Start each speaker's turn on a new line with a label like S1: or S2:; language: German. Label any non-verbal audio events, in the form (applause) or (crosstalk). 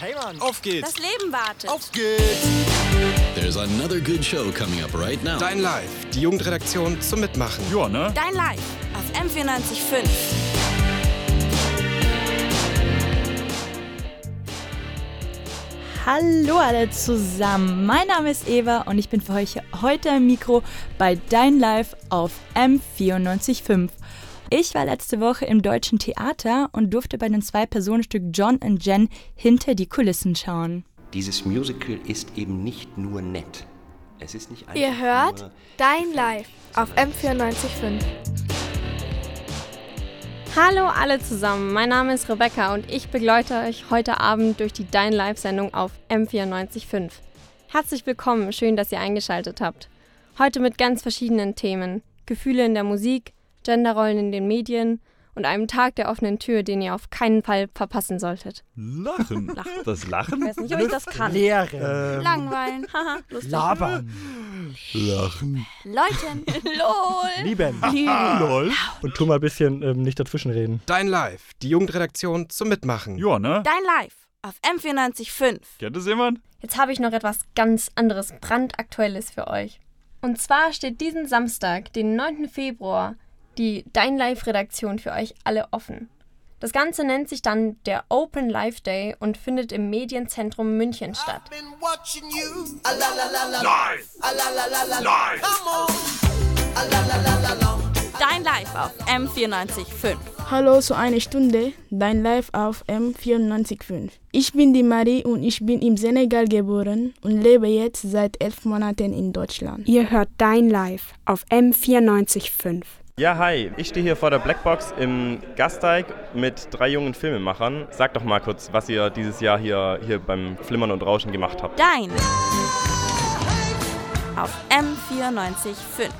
S1: Hey Mann,
S2: Auf geht's!
S3: Das Leben wartet.
S2: Auf geht's!
S4: There's another good show coming up right now.
S2: Dein Live, die Jugendredaktion zum Mitmachen.
S5: Ja, ne?
S3: Dein Live auf M945.
S6: Hallo alle zusammen, mein Name ist Eva und ich bin für euch heute im Mikro bei Dein Live auf M945. Ich war letzte Woche im Deutschen Theater und durfte bei dem Zwei-Personen-Stück John und Jen hinter die Kulissen schauen.
S7: Dieses Musical ist eben nicht nur nett. Es ist nicht einfach
S8: Ihr hört
S7: Nur
S8: Dein Live auf M945.
S9: Hallo alle zusammen, mein Name ist Rebecca und ich begleite euch heute Abend durch die Dein Live-Sendung auf M945. Herzlich willkommen, schön, dass ihr eingeschaltet habt. Heute mit ganz verschiedenen Themen: Gefühle in der Musik, Genderrollen in den Medien und einem Tag der offenen Tür, den ihr auf keinen Fall verpassen solltet.
S5: Lachen. Das Lachen?
S10: Ich weiß nicht, ob ich das kann.
S1: Lehre,
S3: Langweilen. Ähm. (laughs) Haha, lustig.
S1: labern,
S3: Leuten. (laughs) LOL.
S1: lieben.
S5: Lol.
S3: Ah.
S11: Und tu mal ein bisschen ähm, nicht dazwischenreden.
S2: Dein Live, die Jugendredaktion zum Mitmachen.
S5: Ja, ne?
S3: Dein Live auf M945.
S5: Kennt das jemand?
S9: Jetzt habe ich noch etwas ganz anderes, brandaktuelles für euch. Und zwar steht diesen Samstag, den 9. Februar, die Dein Live-Redaktion für euch alle offen. Das Ganze nennt sich dann der Open Live Day und findet im Medienzentrum München statt.
S3: Dein Live auf M945.
S8: Hallo, so eine Stunde. Dein Live auf M945. Ich bin die Marie und ich bin im Senegal geboren und lebe jetzt seit elf Monaten in Deutschland.
S10: Ihr hört Dein Live auf M945.
S12: Ja, hi. Ich stehe hier vor der Blackbox im Gasteig mit drei jungen Filmemachern. Sag doch mal kurz, was ihr dieses Jahr hier, hier beim Flimmern und Rauschen gemacht habt.
S3: Dein auf M945.